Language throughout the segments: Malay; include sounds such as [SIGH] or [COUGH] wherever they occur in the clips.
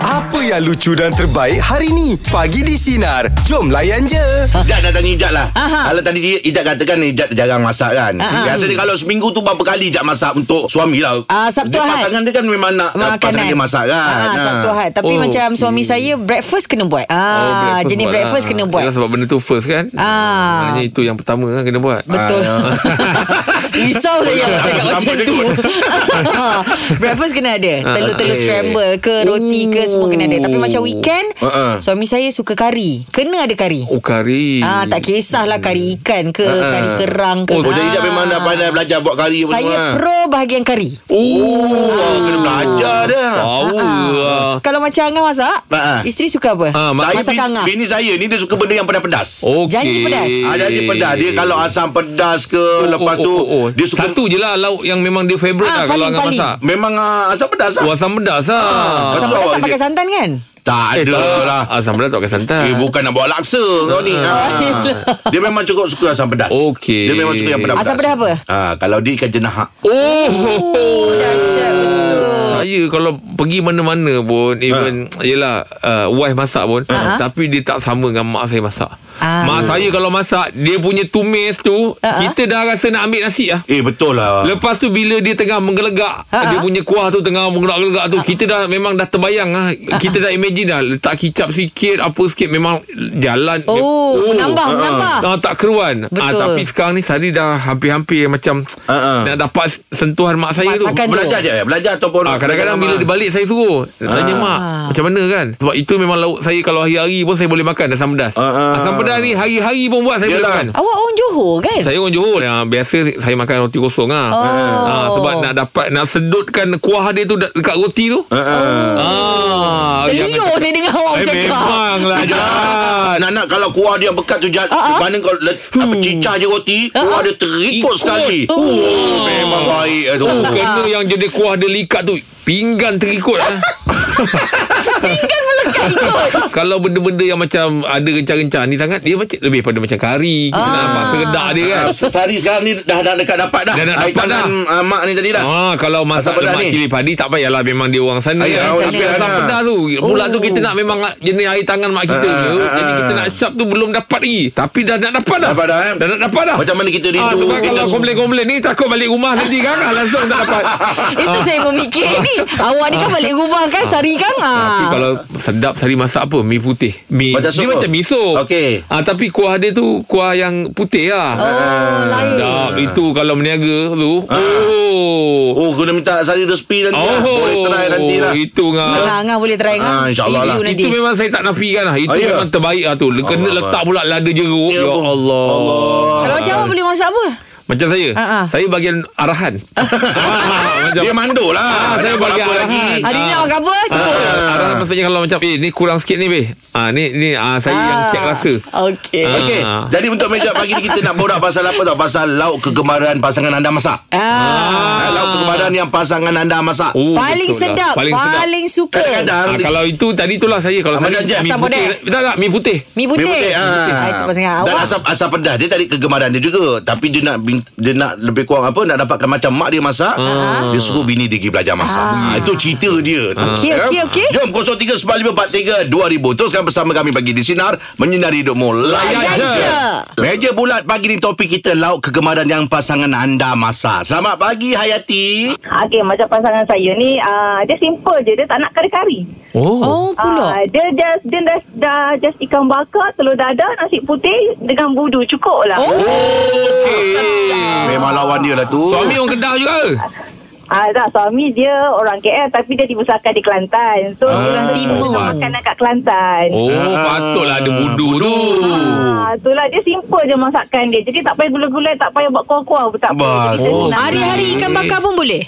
Apa yang lucu dan terbaik hari ni? Pagi di Sinar. Jom layan je. Ijat dah tanya Ijat lah Aha. Kalau tadi dia- Ijat katakan Ijat jarang masak kan Aha. Biasa dia kalau seminggu tu Berapa kali Ijat masak Untuk suami lah Ah, Sabtu dia, Ahad. Pasangan dia kan memang nak Makanan. Pasangan dia masak kan Hmm. Ah, Sabtu Ahad. Tapi Oh, oh, macam suami saya breakfast kena buat. Ah, breakfast jenis buat breakfast lah. kena buat. Yalah, sebab benda tu first kan Ah. Maknanya itu yang pertama kan kena buat Betul. Ah, [LAUGHS] Risau saya [LAUGHS] Ah, nak cakap macam sama tu. juga. [LAUGHS] breakfast kena ada. Ah, Telur-telur eh. scramble ke roti ke semua kena ada. Tapi Oh. macam weekend Ah, ah. suami saya suka kari. Kena ada kari. Oh kari Ah tak kisahlah kari ikan ke kari kerang ke. Oh, jadi Ah. Ijat memang dah pandai belajar Buat kari apa Saya semua lah. pro bahagian kari. Oh Kena belajar dia Ah, Oh, Power lah Kalau macam Angah masak, Ah, ah. isteri suka apa? Ah, mak- Saya masak Oh, bini, Angah. bini saya ni Dia suka benda yang pedas-pedas Okey. Janji pedas. Ada dia Ah, pedas eh. Dia kalau asam pedas ke Oh, Oh, Lepas tu Dia suka Satu je lah lauk yang memang dia favourite Ah, lah Kalau paling, Angah paling. masak Memang ah, asam pedas Oh lah asam pedas lah Ah, Betul Asam pedas tak awak pakai dia. santan kan? Tak ada lah Asam pedas tak pakai santan Eh, bukan nak bawa laksa kau ni. Ha. Dia memang cukup suka asam pedas. Ah. Okey. Dia memang suka yang pedas. Asam pedas apa? Ha, kalau dia ikan jenahak. Oh, Oh, dahsyat Ah. betul. Saya kalau pergi mana-mana Ha. pun Even Yelah uh, Wife masak pun Ha. Tapi dia tak sama dengan mak saya masak Ah. Oh. Mak saya kalau masak Dia punya tumis tu Ha. Kita dah rasa nak ambil nasi lah Eh betul lah. Lepas tu bila dia tengah menggelegak Ha, Dia ha. punya kuah tu tengah menggelegak-gelegak tu Kita dah memang dah terbayang lah Ha, Kita dah imagine dah Letak kicap sikit Apa sikit Memang jalan Oh, menambah, menambah. Ah, tak keruan ah, Betul. Tapi sekarang ni Sari dah hampir-hampir macam Ha, ha. Nak dapat sentuhan mak saya tu Masakan Belajar je. eh? Belajar ataupun. Ah, kadang-kadang bila dia balik saya suruh Dia Tanya Ah. mak Macam mana kan Sebab itu memang lauk saya Kalau hari-hari pun saya boleh makan Asam pedas Ah, ah. Asam pedas ni hari-hari pun buat Saya boleh Yalah. makan Awak orang Johor kan? Ah. saya orang Johor yang biasa saya makan roti kosong ah. Oh. Ah, sebab nak dapat nak sedutkan kuah dia tu de- dekat roti tu. Ha, ha. Ah. Terliur saya dengar awak Eh, cakap. memanglah Jad. Ah, Nak nak kalau kuah dia bekat tu Ah, jat uh-huh. Mana kau le, Hmm. apa, cicah je roti Kuah dia terikut sekali oh. Memang baik eh, tu Oh, Ah. kena yang jadi kuah dia likat tu Pinggan terikut [LAUGHS] ah. Kan melekat ikut. Kalau benda-benda yang macam Ada rencah-rencah ni sangat Dia macam lebih pada macam kari ah. Ah. Bahasa redak dia kan Ah, Sari sekarang ni dah, dah dekat dapat dah Dah nak Air dapat tangan, ah, Mak ni tadi dah Ah, kalau masak Asam pedas lemak ni. cili padi tak payahlah memang dia orang Ayah, sana. lah. Ayah, orang Tapi sana. asam Ana. pedas tu. Mula tu Oh. kita nak memang jenis air tangan mak kita Ah, je. ah, Jadi ah. kita nak sap tu belum dapat lagi. Tapi dah nak dapat dah. Dapat dah, eh? Dah nak dapat dah. Macam mana kita Ah, rindu sebab kita kalau komplain-komplain ni takut balik rumah nanti kan ah, langsung tak dapat. [LAUGHS] Itu saya memikir ni. Awak ni kan balik rumah kan sari kan? Ah. Tapi Ah. kalau sedap sari masak apa? Mi putih. Mi. Macam dia sup macam tu? miso. Okey. Ah, tapi kuah dia tu kuah yang putih lah. Oh, lain. Sedap. Itu kalau meniaga tu. Oh. Oh kena minta Sari resipi nanti lah. Oh. Boleh try nanti lah Itu ngah. Angah, Angah boleh try Ah, Angah. insyaAllah lah. Review nanti. Itu memang saya tak nafikan lah Itu Ah, ya? memang terbaik lah tu Kena Allah letak pula lada jeruk Ya, Ya Allah. Allah. Kalau macam awak boleh masak apa? Macam saya Ah, ah. Saya bagian arahan Ah, Macam Dia mandul lah Dia saya buat bagi Ah. apa arahan. lagi Hari ni awak cover sebut. Arahan maksudnya kalau macam Eh ni kurang sikit ni beh ah, Ni ni ah, saya yang Ah. cek rasa Okey. Ah. Okey, jadi untuk meja pagi ni kita nak borak pasal apa tau? Pasal lauk kegemaran pasangan anda masak. Ah. Ah. Lauk kegemaran yang pasangan anda masak. Oh, Paling betul lah. sedap, Paling sedap paling suka. Kadang-kadang Ah, kalau itu tadi itulah saya kalau Ah, saya macam mi asam putih pedas. tak tak mi putih Mi Memang putih. Ah, Itu pasal Dan awak. asam, asam pedas Dia tadi kegemaran dia juga Tapi dia nak bin- Dia nak lebih kurang apa Nak dapatkan macam mak dia masak Ah. Dia suruh bini dia pergi belajar masak ah. Itu cerita dia tu Okey, Ya? okey, okey. Jom 0395432000 Teruskan bersama kami pagi di Sinar Menyinari hidupmu Layan Layan je je. Meja bulat pagi ni topik kita Lauk kegemaran yang pasangan anda masak Selamat pagi Hayati Ah, Okey, macam pasangan saya ni, uh, dia simple je. Dia tak nak kari-kari. oh Oh, Ah, pula. dia just, dia dah, dah just ikan bakar, telur dadah, nasi putih dengan budu. Cukup lah. Oh. okey Memang lawan dia lah tu suami orang Kedah juga ke? Ah, tak, suami dia orang KL tapi dia dibesarkan di Kelantan. So, dia orang timur. makan dekat Kelantan. oh patutlah ada budu tu Ah, itulah dia simple je masakan dia. Jadi tak payah gula-gula, tak payah buat kuah-kuah pun tak Bah, payah. Jadi, oh. dia- Hari-hari ikan bakar pun boleh?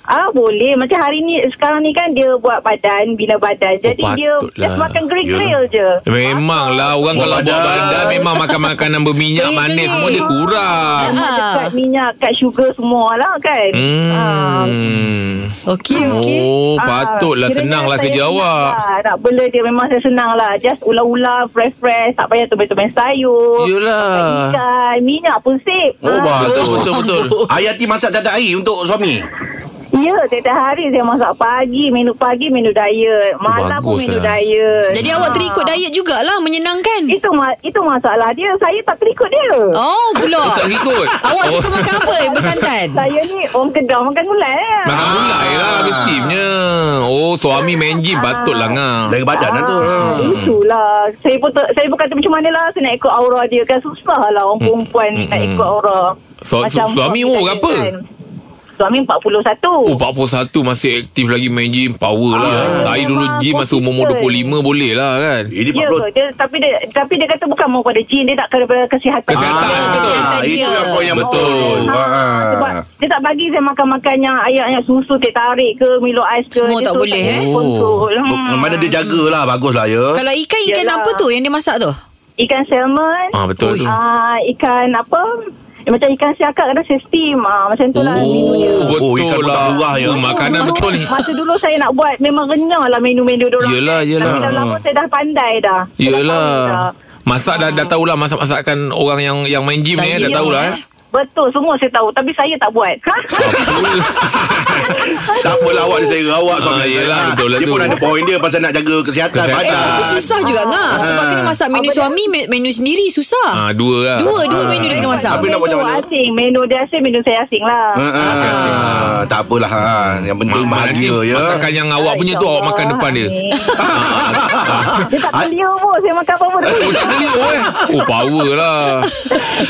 Ah boleh macam hari ni sekarang ni kan dia buat badan bina badan jadi Oh, dia patutlah. just makan grill-grill je. Memanglah orang kalau Buat buat badan. badan memang makan makanan berminyak Eh, manis geli. semua dia kurang. Ah, Ah. dekat minyak, kat sugar semua lah kan. Ah, Hmm. Okey, okey. Ah, Oh, patutlah kiranya senanglah saya kerja senang awak. Lah. Nak bela dia memang saya senang lah. Just ular-ular, fresh-fresh. Tak payah tumis-tumis sayur. Yelah. Ikan, minyak pun sip. Oh, Ah. bagus. Oh. Betul betul betul. Hayati masak tiap-tiap hari untuk suami Ya, tiap-tiap hari saya masak pagi, menu pagi, menu diet. Malam pun Bagus menu lah. diet. Ah. Jadi awak terikut diet jugalah Menyenangkan Itu ma- itu masalah dia. Saya tak terikut dia. Oh Oh, pula tak ikut. Oh. Awak suka makan apa eh, [LAUGHS] Bersantan Saya ni orang Kedah makan gulai. Eh. Makan gulai lah habis Ah. timnya. Oh, suami main gym. Patut lah ngah. Dari badan lah tu. Ah. Itulah. Saya pun tak, saya pun kata macam mana lah saya nak ikut aura dia kan susah lah Mm, orang perempuan nak ikut aura. So- su- suami umur berapa? Suami 41. Oh, 41 masih aktif lagi main gym. Power lah. ya. Ah, Saya dulu memang gym masa umur positif 25 boleh lah kan. Ini 40 Ya ke? Dia, tapi dia tapi dia kata bukan mau pada jin, dia nak kepada kesihatan. Kesihatan, Ah. Ah, betul. Ah, itu dia. yang poin yang betul. Ha, sebab dia tak bagi saya makan-makan yang ayam-ayam susu teh tarik ke Milo ais ke. Semua Dia tak tu boleh, eh? boleh Oh. Hmm. kontrol. Ah. Mana dia jagalah baguslah ya. Kalau ikan Ikan Yelah. apa tu Yang dia masak tu Ikan salmon. Ah, betul tu. Ah, ikan apa? Eh, Macam ikan siakak kadang saya steam. Ah, macam tu lah menu dia. Oh, Oh, ikan betul pun tak lah. murah ya. Oh, makanan Masa- betul ni. Masa dulu saya nak buat Memang renyah lah menu-menu diorang Yelah, yelah. Tapi dah lama saya dah pandai dah Saya dah Yelah. tahu dah. Masak dah, dah tahulah masak-masakan orang yang yang main gym ni. eh. Dah Diet tahulah ni, eh. Betul semua saya tahu Tapi saya tak buat [LAUGHS] ha? tak apalah awak dia saya rawak suami Ah, saya. yelah, betul lah Dia tu. pun ada poin dia pasal nak jaga kesihatan Kesihatan. Eh tapi badan. susah juga ngah Sebab kena masak menu suami me- Menu sendiri susah Ah, dua lah. Dua Dua menu dia kena masak Tapi nak buat macam mana? Asing Menu dia asing Menu saya asing lah Ha, Ah, ah, ah, tak apalah ha. Yang penting bahagia Makan ya. masakan yang Ah, awak punya tu awak makan depan dia. [LAUGHS] Dia tak belia pun Saya [LAUGHS] makan apa-apa dia Oh, tak boleh eh. Oh, power lah.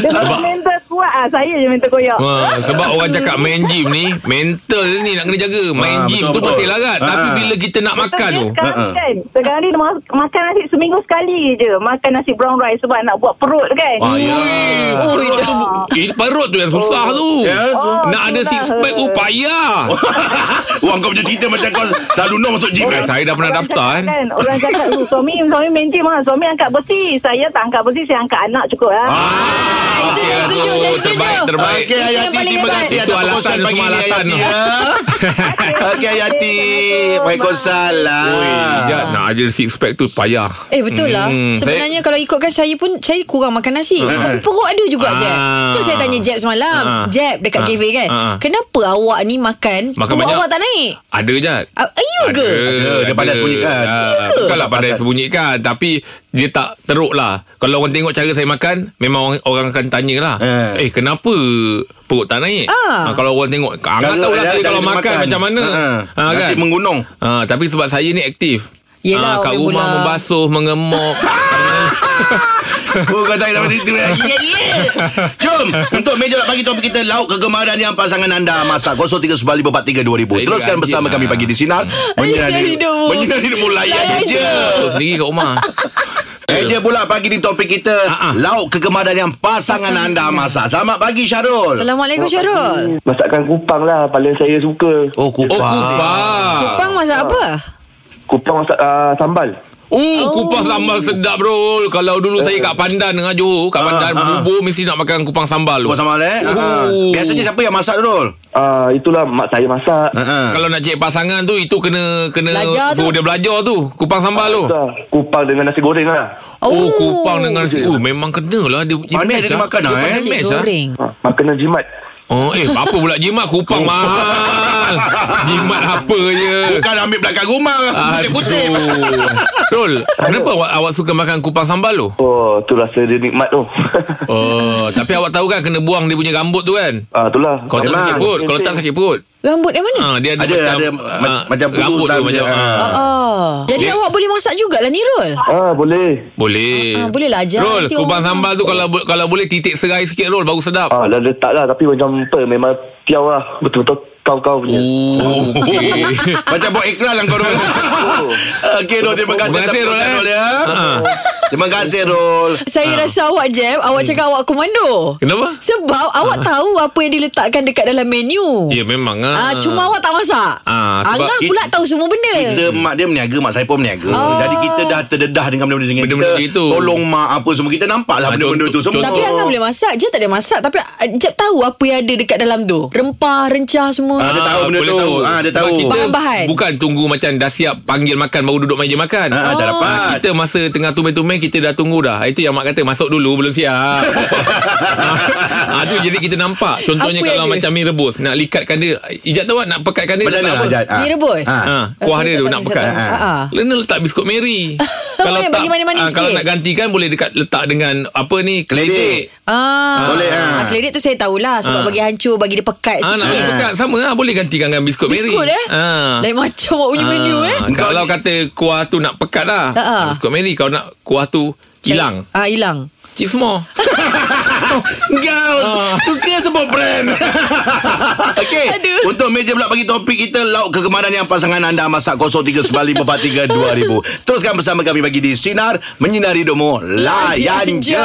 Dia memang mental kuat lah Saya je mental koyak Ha, sebab orang cakap main gym ni, mental ni nak kena jaga. Main Ah, gym betul, tu betul. masih larat. Ah. Tapi bila kita nak makan tu, Ha, Betul dia Sekarang kan Sekarang ni dia mas- makan nasi Seminggu sekali je Makan nasi brown rice Sebab nak buat perut kan Ah, ya. Oh dah eh, perut tu yang susah tu. Ya, tu. Oh, Nak ada six pack tu payah. [LAUGHS] Wah kau punya cerita macam kau selalu nak masuk gym Eh, kan? saya dah pernah Orang daftar kan. cakap kan Orang cakap "Oh, Suami suami main gym ah. Suami angkat besi Saya tak angkat besi Saya angkat anak cukup lah Ah. Itu saya Okey lah tu. setuju Saya Terbaik, setuju terbaik. Okey Hayati paling Terima hebat. kasih Itu atas alatan, perkongsian itu pagi ni alatan Hayati tu. ya. Okey Hayati Assalamualaikum. Waalaikumsalam Oi, Ijat, nak ada six pack tu payah. Eh betul lah Hmm, Sebenarnya kalau ikutkan saya pun Saya kurang makan nasi Perut ada juga Ah. Jeb Tu saya tanya Jeb Ah. semalam Jeb dekat Ah. kafe kan Ah. Kenapa awak ni makan Makan Perut banyak. awak tak naik Ada Jat. Ah, Iya Ada, ke Ada, dia pandai sembunyikan. Ah, Iya ke? Bukanlah pandai sembunyikan Tapi Dia tak teruk lah Kalau orang tengok cara saya makan Memang orang, orang akan tanya lah Eh. Eh kenapa Perut tak naik Ah. ah. Kalau orang tengok Angkat Kalau tahu lah ada- saya ada Kalau dia makan, makan. macam mana Ha, ha. Ah, Nasi menggunung. Ah, Tapi sebab saya ni aktif Yelah, Ah, Kat orang rumah bola. membasuh [LAUGHS] Mengemok Oh [LAUGHS] kau tak dapat cerita Ya ya [LAUGHS] Jom Untuk meja nak bagi topik kita Lauk kegemaran yang pasangan anda masak 0395432000 Teruskan Ini bersama anjing kami lah. pagi di Sinar Layan Menyinari hidupmu. Menyinari mulai Layan je Kau sendiri kat rumah Meja pula pagi di topik kita Ha, ha. Lauk kegemaran yang pasangan Pasangan anda anda. masak Selamat pagi Syarul Assalamualaikum Syarul Masakan kupang lah Paling saya suka Oh kupang Oh kupas Kupang masak apa? Eh, Kupang masak uh, sambal Oh, kupas sambal sedap bro. Kalau dulu saya kat Pandan dengan Johor, kat Pandan ah. bubur mesti nak makan kupang sambal. tu. Kupas sambal eh Ha, ha. Oh. Biasanya siapa yang masak Syarul? uh, Itulah mak saya masak Ha, ha. Kalau nak cek pasangan tu itu kena kena Belajar tu. suruh dia belajar tu. Kupang sambal tu. Itulah, Kupang dengan nasi goreng lah Oh, oh kupang dengan nasi. Oh, memang kenalah dia dia Pandai match dia lah. makan lah, eh. pandai Nasi match lah. goreng ha, Makanan jimat Oh, eh apa pula jimat Oh. kupang [LAUGHS] mahal. jimat apa je. Bukan ambil belakang rumah Kutip-kutip Aduh. Rol, kenapa awak, awak suka makan kupang sambal tu? Oh tu rasa dia nikmat tu Oh, tapi awak tahu kan kena buang dia punya rambut tu kan? [LAUGHS] Ah itulah Kalau tak Memang. sakit perut, kalau tak sakit perut. Rambut yang mana? Ha, dia ada, Ada, macam, ada ma- ah, macam bulu rambut tu dalam macam. dia. ah. Ah. Oh Jadi awak boleh masak jugalah ni Rul Ah boleh Boleh. Ah, boleh lah ajar Rol, nanti orang- kubang sambal tu kalau bo- kalau boleh titik serai sikit rol baru sedap. Ah dah letak lah Tapi macam apa Memang piau lah Betul-betul kau-kau punya Oh, okey. Macam buat iklan lah kau Rol Okey Rol Terima kasih Terima kasih, Rol, eh. Rol ya Terima kasih Rol Saya Ah. rasa awak Jeb Awak Hmm. cakap awak komando Kenapa? Sebab awak tahu Apa yang diletakkan Dekat dalam menu Ah. Ya memang Ah, ah. cuma awak tak masak. Ah, sebab Angah pula it- tahu semua benda. kita Hmm. mak dia meniaga Mak saya pun meniaga Jadi kita dah terdedah Dengan benda-benda macam Oh. Benda-benda kita gitu. Tolong mak apa semua Kita nampak lah Ah, benda-benda tu contoh- semua tapi Angah boleh masak Je tak ada masak Tapi ah, Jeb tahu apa yang ada Dekat dalam tu Rempah Rencah semua Ah, dia tahu benda boleh tu. Ah, dia Sebab tahu. kita Bahan-bahan. Bukan tunggu macam dah siap panggil makan baru duduk meja makan. Oh. Ah, tak dapat. Kita masa tengah tumis-tumis kita dah tunggu dah Itu yang mak kata Masuk dulu belum [LAUGHS] siap ha, tu jadi kita nampak Contohnya Apa kalau yang dia? macam mie rebus Nak likatkan dia Ijat tahu tak nak pekatkan dia Macam tak mana Ah. apa. Ajat? Mie rebus? Ha. Ha, kuah dia tu nak pekat. Ah. Ha. Lena letak biskut Mary. [LAUGHS] Boleh, bagi manis-manis ah, kalau sikit. nak gantikan boleh dekat letak dengan apa ni Keledek. keledek. Ah, Boleh, ah. ah. Kelirik tu saya tahulah sebab Ah. bagi hancur, bagi dia pekat Ah, nak sikit. bagi pekat sama lah boleh gantikan dengan biskut, Mary. Biskut eh? Ah. Lain macam awak punya Ah, menu eh. Kalau kata kuah tu nak pekat lah. Tak, ah. Biskut Mary kalau nak kuah tu hilang. Ah, hilang. Cik semua. Kau Suka sebut brand Ah. [LAUGHS] Okey Aduh. Untuk meja pula bagi topik kita Lauk kegemaran yang pasangan anda Masak 0395432000 Teruskan bersama kami bagi di Sinar Menyinari Domo Layan je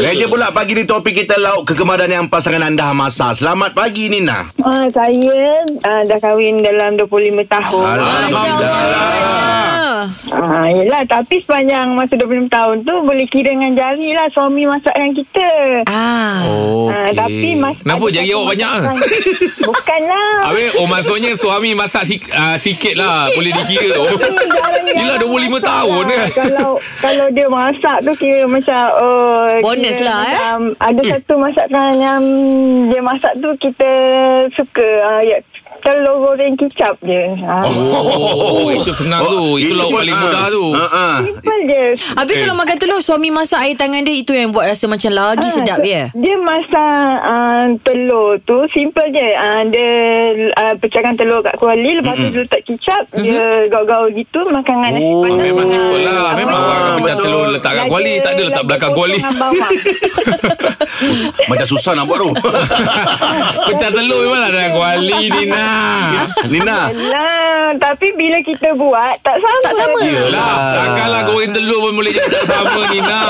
Meja pula pagi ni topik kita Lauk kegemaran yang pasangan anda masak Selamat pagi Nina Uh, saya uh, dah kahwin dalam 25 tahun. Ah, yelah, tapi sepanjang masa 25 tahun tu boleh kira dengan jari lah suami masakan kita. Ah. [LAUGHS] Oh. Ah, tapi mas- Kenapa ada jari satu awak banyak ah? masakan. [LAUGHS] Bukanlah. [LAUGHS] Habis oh maksudnya suami masak si, uh, sikit lah Boleh dikira Hmm, oh. [LAUGHS] Yelah 25 tahun lah. kan Kalau kalau dia masak tu kira macam oh, Bonus kira lah, eh. macam, Ada Eh. satu masakan yang dia masak tu kita suka uh, ya, telur goreng kicap je. Ah. Oh, oh, oh, lah. itu senang tu Itu lauk paling mudah tu ha, ha. Simple je. Habis Eh. kalau makan telur Suami masak air tangan dia Itu yang buat rasa macam lagi Ah, sedap tu- ya Dia masak uh, telur tu simple je. Uh, dia uh, pecahkan telur kat kuali lepas tu dia Hmm. letak kicap, dia gaul-gaul gitu makanan nasi Oh, panas. Memang dengan- simple lah Memang Ah, orang akan pecah betul. telur letak kat kuali Tak ada letak lada belakang kuali potong dengan bawang. Macam susah nak [LAUGHS] buat tu Pecah telur memang lah dalam kuali [LAUGHS] Nina Nina Alah, tapi bila kita buat tak sama. Tak sama. Yelah Lah, Takkanlah goreng telur pun boleh jadi tak sama Nina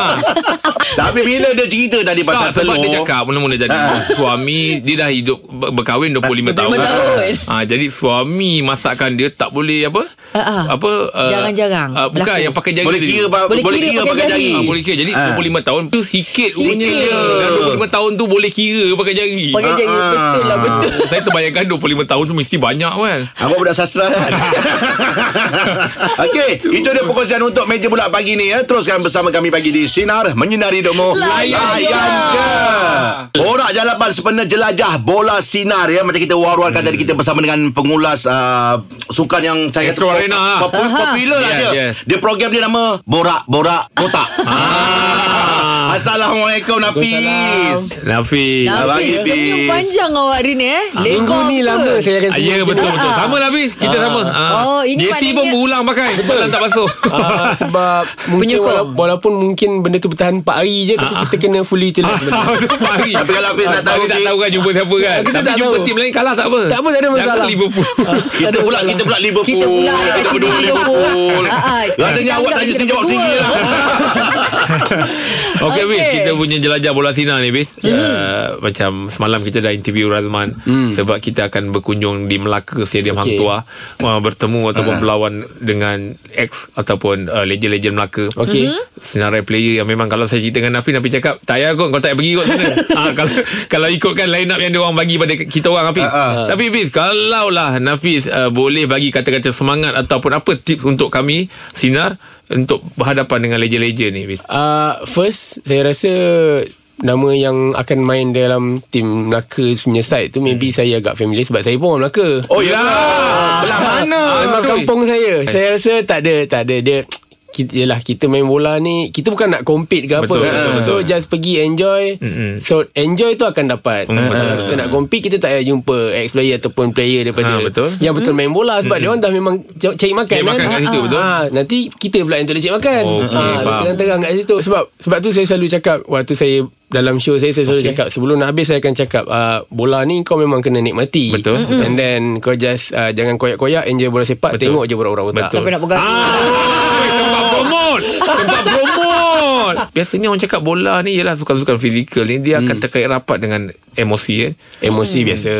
Tapi bila dia cerita tadi pasal Tak telur sebab dia cakap Mula-mula jadi [LAUGHS] Suami Dia dah hidup ber- Berkahwin 25 tahun 25 tahun. ha, Jadi suami Masakan dia tak boleh apa Ah, ah. Apa ah, Jarang-jarang ah, Bukan berlaku. yang pakai jari boleh tadi. kira pa- Boleh boleh kira kira pakai pakai jari. jari. Ah, boleh kira Jadi Ah. 25 tahun tu sikit punya je. Dan 25 tahun tu boleh kira pakai jari Pakai Ah, jari ah. Betul lah betul Ah, Saya terbayangkan 25 tahun tu mesti banyak kan Abang budak sastra kan Okey Itu dia perkongsian untuk meja bulat pagi ni ya Teruskan bersama kami pagi di Sinar Menyinari Domo Layan je. je Borak jalapan sepenuh jelajah Bola Sinar ya Macam kita war-warkan tadi Kita bersama dengan pengulas uh, Sukan yang saya Astro pop- Arena. pop- pop- Aha. Popular lah Yeah, dia yeah. Dia program dia nama Borak Borak Kotak Ah. [LAUGHS] Assalamualaikum Nafis Tapi Nafi Abang senyum Hafiz. panjang awak hari ni eh Minggu Lekor ni betul. lama saya akan Ah, sebut Ya macam betul tu. betul Sama lah Hafiz Kita sama Ah. Oh, ini JC pun maknanya- berulang pakai Betul tak basuh Ah, sebab mungkin Penyokong. wala- walaupun mungkin benda tu bertahan 4 hari je tapi kita kena fully telak Ah. [LAUGHS] benda tu. lah. Tapi Tapi kalau Hafiz tak tahu tak ni- tahu kan jumpa siapa kan Kita Tapi tak jumpa tahu. tim lain kalah tak apa Tak apa, tak ada masalah. Ah. Datang Liverpool kita pula kita pula Liverpool. Kita pula dekat kita sini berdua Liverpool. Ah, ah. Rasanya Kita awak anggap tanya kita sendiri jawab berdua. sendiri [LAUGHS] lah. [LAUGHS] Okay, Okey. Hafiz Kita punya jelajah bola sinar ni Hafiz Ah, Macam semalam kita dah interview Razman Sebab kita akan berkunjung di Melaka Stadium Hang Okey. Tuah Ah, Bertemu ataupun berlawan dengan ex Ataupun ah, legend-legend Melaka Hmm. Okey. Senarai player yang memang Kalau saya cerita dengan Nafi Nafi cakap Tak payah kot Kau tak payah pergi kot sana ha, kalau, kalau ikutkan line up Yang dia orang bagi pada kita orang Hafiz Ah, Tapi Hafiz Kalaulah Nafis uh, Boleh bagi kata-kata semangat Ataupun apa tips untuk kami Sinar Untuk berhadapan dengan legend-legend ni Hafiz Ah, first saya rasa nama yang akan main dalam tim Melaka punya side tu maybe saya agak familiar sebab saya pun orang Melaka. Oh ya. Belah mana? Ah, betul. memang Eh. kampung saya. Saya rasa tak ada tak ada dia kita, yelah kita main bola ni kita bukan nak compete ke Betul, betul, apa so just pergi enjoy Mm-mm. so enjoy tu akan dapat kalau kita nak compete kita tak payah jumpa ex player ataupun player Ha, daripada betul. yang betul main bola sebab dia orang dah memang c- cari makan Cari kan makan kat situ, betul. ha, nanti kita pula yang tolong cari makan Okey, Ah, faham. terang-terang kat situ sebab sebab tu saya selalu cakap waktu saya dalam show saya saya selalu okay. cakap sebelum nak habis saya akan cakap uh, bola ni kau memang kena nikmati Betul. Mm-mm. and then kau just uh, jangan koyak-koyak enjoy bola sepak Betul. tengok je bola-bola otak Betul. Sampai nak pegang Ah, tempat promote Tempat promote Biasanya orang cakap bola ni Ialah sukan-sukan fizikal ni Dia akan terkait rapat dengan Hmm. emosi kan. Emosi hmm. biasa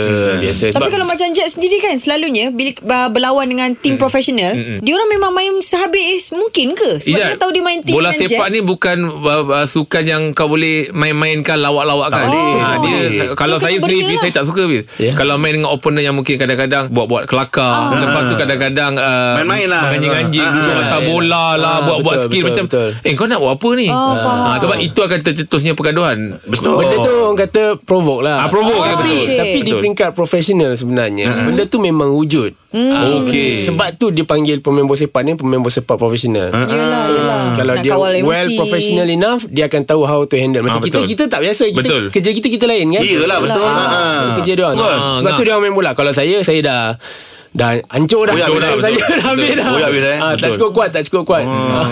biasa Tapi kalau macam Jeb sendiri kan Selalunya Bila uh, berlawan dengan Tim profesional Diorang memang main Sehabis mungkin ke Sebab kita tahu dia main tim bola dengan sepak ni bukan uh, uh, sukan yang kau boleh main-mainkan lawak-lawakkan. Tak boleh, Ha, tak dia boleh. kalau Suka saya benda sendiri Fiz, lah. saya tak suka Fiz. Ya. Kalau main dengan opponent yang mungkin kadang-kadang buat-buat kelakar, lepas tu kadang-kadang uh, Main-main lah. Anjing-anjing Ah, dulu ah, hantar ya. bola lah, Ah, buat-buat betul, skill betul, macam betul. eh kau nak buat apa ni? Ah, faham. Ah, sebab itu akan tercetusnya pergaduhan. Betul. Benda tu orang kata provoke lah Ah, provoke, ya, tapi, betul. Tapi di Betul. peringkat profesional sebenarnya Benda tu memang wujud Hmm. Ah, Okey. Sebab tu dia panggil pemain bola sepak ni Pemain bola sepak profesional Ah. Yelah, So, yelah. Ah, Kalau Ah, Nak dia kawal emosi. well professional enough Dia akan tahu how to handle Ah, Macam kita betul. Kita tak biasa kita, Betul. Kerja kita kita lain kan Iyalah, betul. Ah, Ah. itu Kerja dia orang Betul. Sebab tu dia orang main bola Kalau saya Saya dah Dah hancur dah Boyak Hancur habis dah, Saya betul. dah habis Betul. dah Boyak habis dah, eh. Ah, Tak Betul. cukup kuat Tak cukup kuat Ah.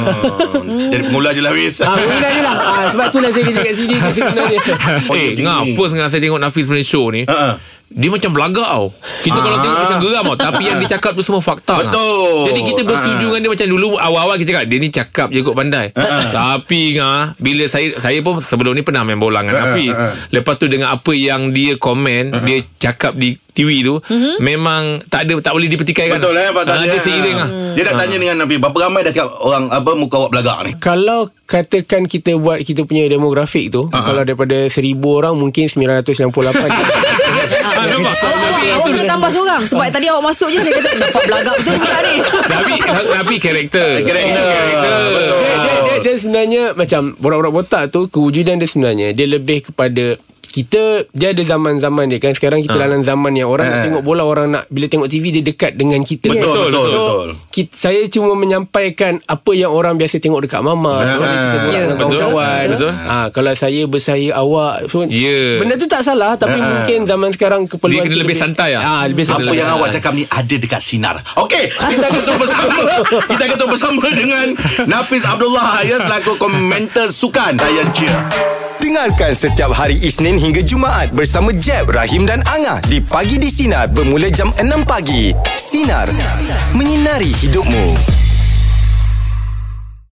Hmm. Jadi pemula je lah Fiz. Ah, boleh je lah ah, Sebab tu lah saya kerja kat sini Sebenarnya Oh, Eh, dia ngah tinggi. first ngah saya tengok Nafis punya show ni. Ha-ha. Dia macam belagak tau Kita kalau Ah. tengok macam geram tau Tapi yang dia cakap tu semua fakta Ngah. Betul. Jadi kita Ah. bersetuju dengan dia Macam dulu awal-awal kita cakap Dia ni cakap je kot pandai Tapi ngah Bila saya saya pun sebelum ni pernah main Ah, bola dengan Nafis Lepas tu dengan apa yang dia komen Dia cakap di TV tu Memang tak ada tak boleh dipertikaikan Betul eh Pak Ah, Tanya. Dia seiring lah Dia nak tanya dengan Nabi Berapa ramai dah cakap Orang apa Muka awak belagak ni [LAUGHS] Kalau katakan kita buat kita punya demografik tu, uh-huh. kalau daripada 1000 orang mungkin 998. Ah, [LAUGHS] nampak? Awak, awak kena tambah seorang Sebab tadi awak masuk je Saya kata Nampak belagak betul pula ni Tapi tapi karakter Ah, Karakter dia, dia, Betul dia, dia sebenarnya macam borak-borak botak tu kewujudan dia sebenarnya dia lebih kepada kita dia ada zaman-zaman dia kan sekarang kita dalam zaman yang orang nak Ah. tengok bola orang nak bila tengok TV dia dekat dengan kita Betul, betul, so, betul. Kita, saya cuma menyampaikan apa yang orang biasa tengok dekat mama macam mana kita borak Ya, dengan betul, kawan-kawan betul. ha, kalau saya bersaya awak so, Ya. benda tu tak salah tapi mungkin zaman sekarang keperluan Dia kena tu lebih santai lah. ah, lebih apa santai yang awak cakap ni ada dekat sinar. Okey, kita akan terus bersama. kita akan terus bersama dengan Nafis Abdullah yang selaku komentar sukan saya cheer. Dengarkan setiap hari Isnin hingga Jumaat bersama Jeb, Rahim dan Angah di Pagi di Sinar bermula jam 6 pagi. Sinar. Menyinari hidupmu.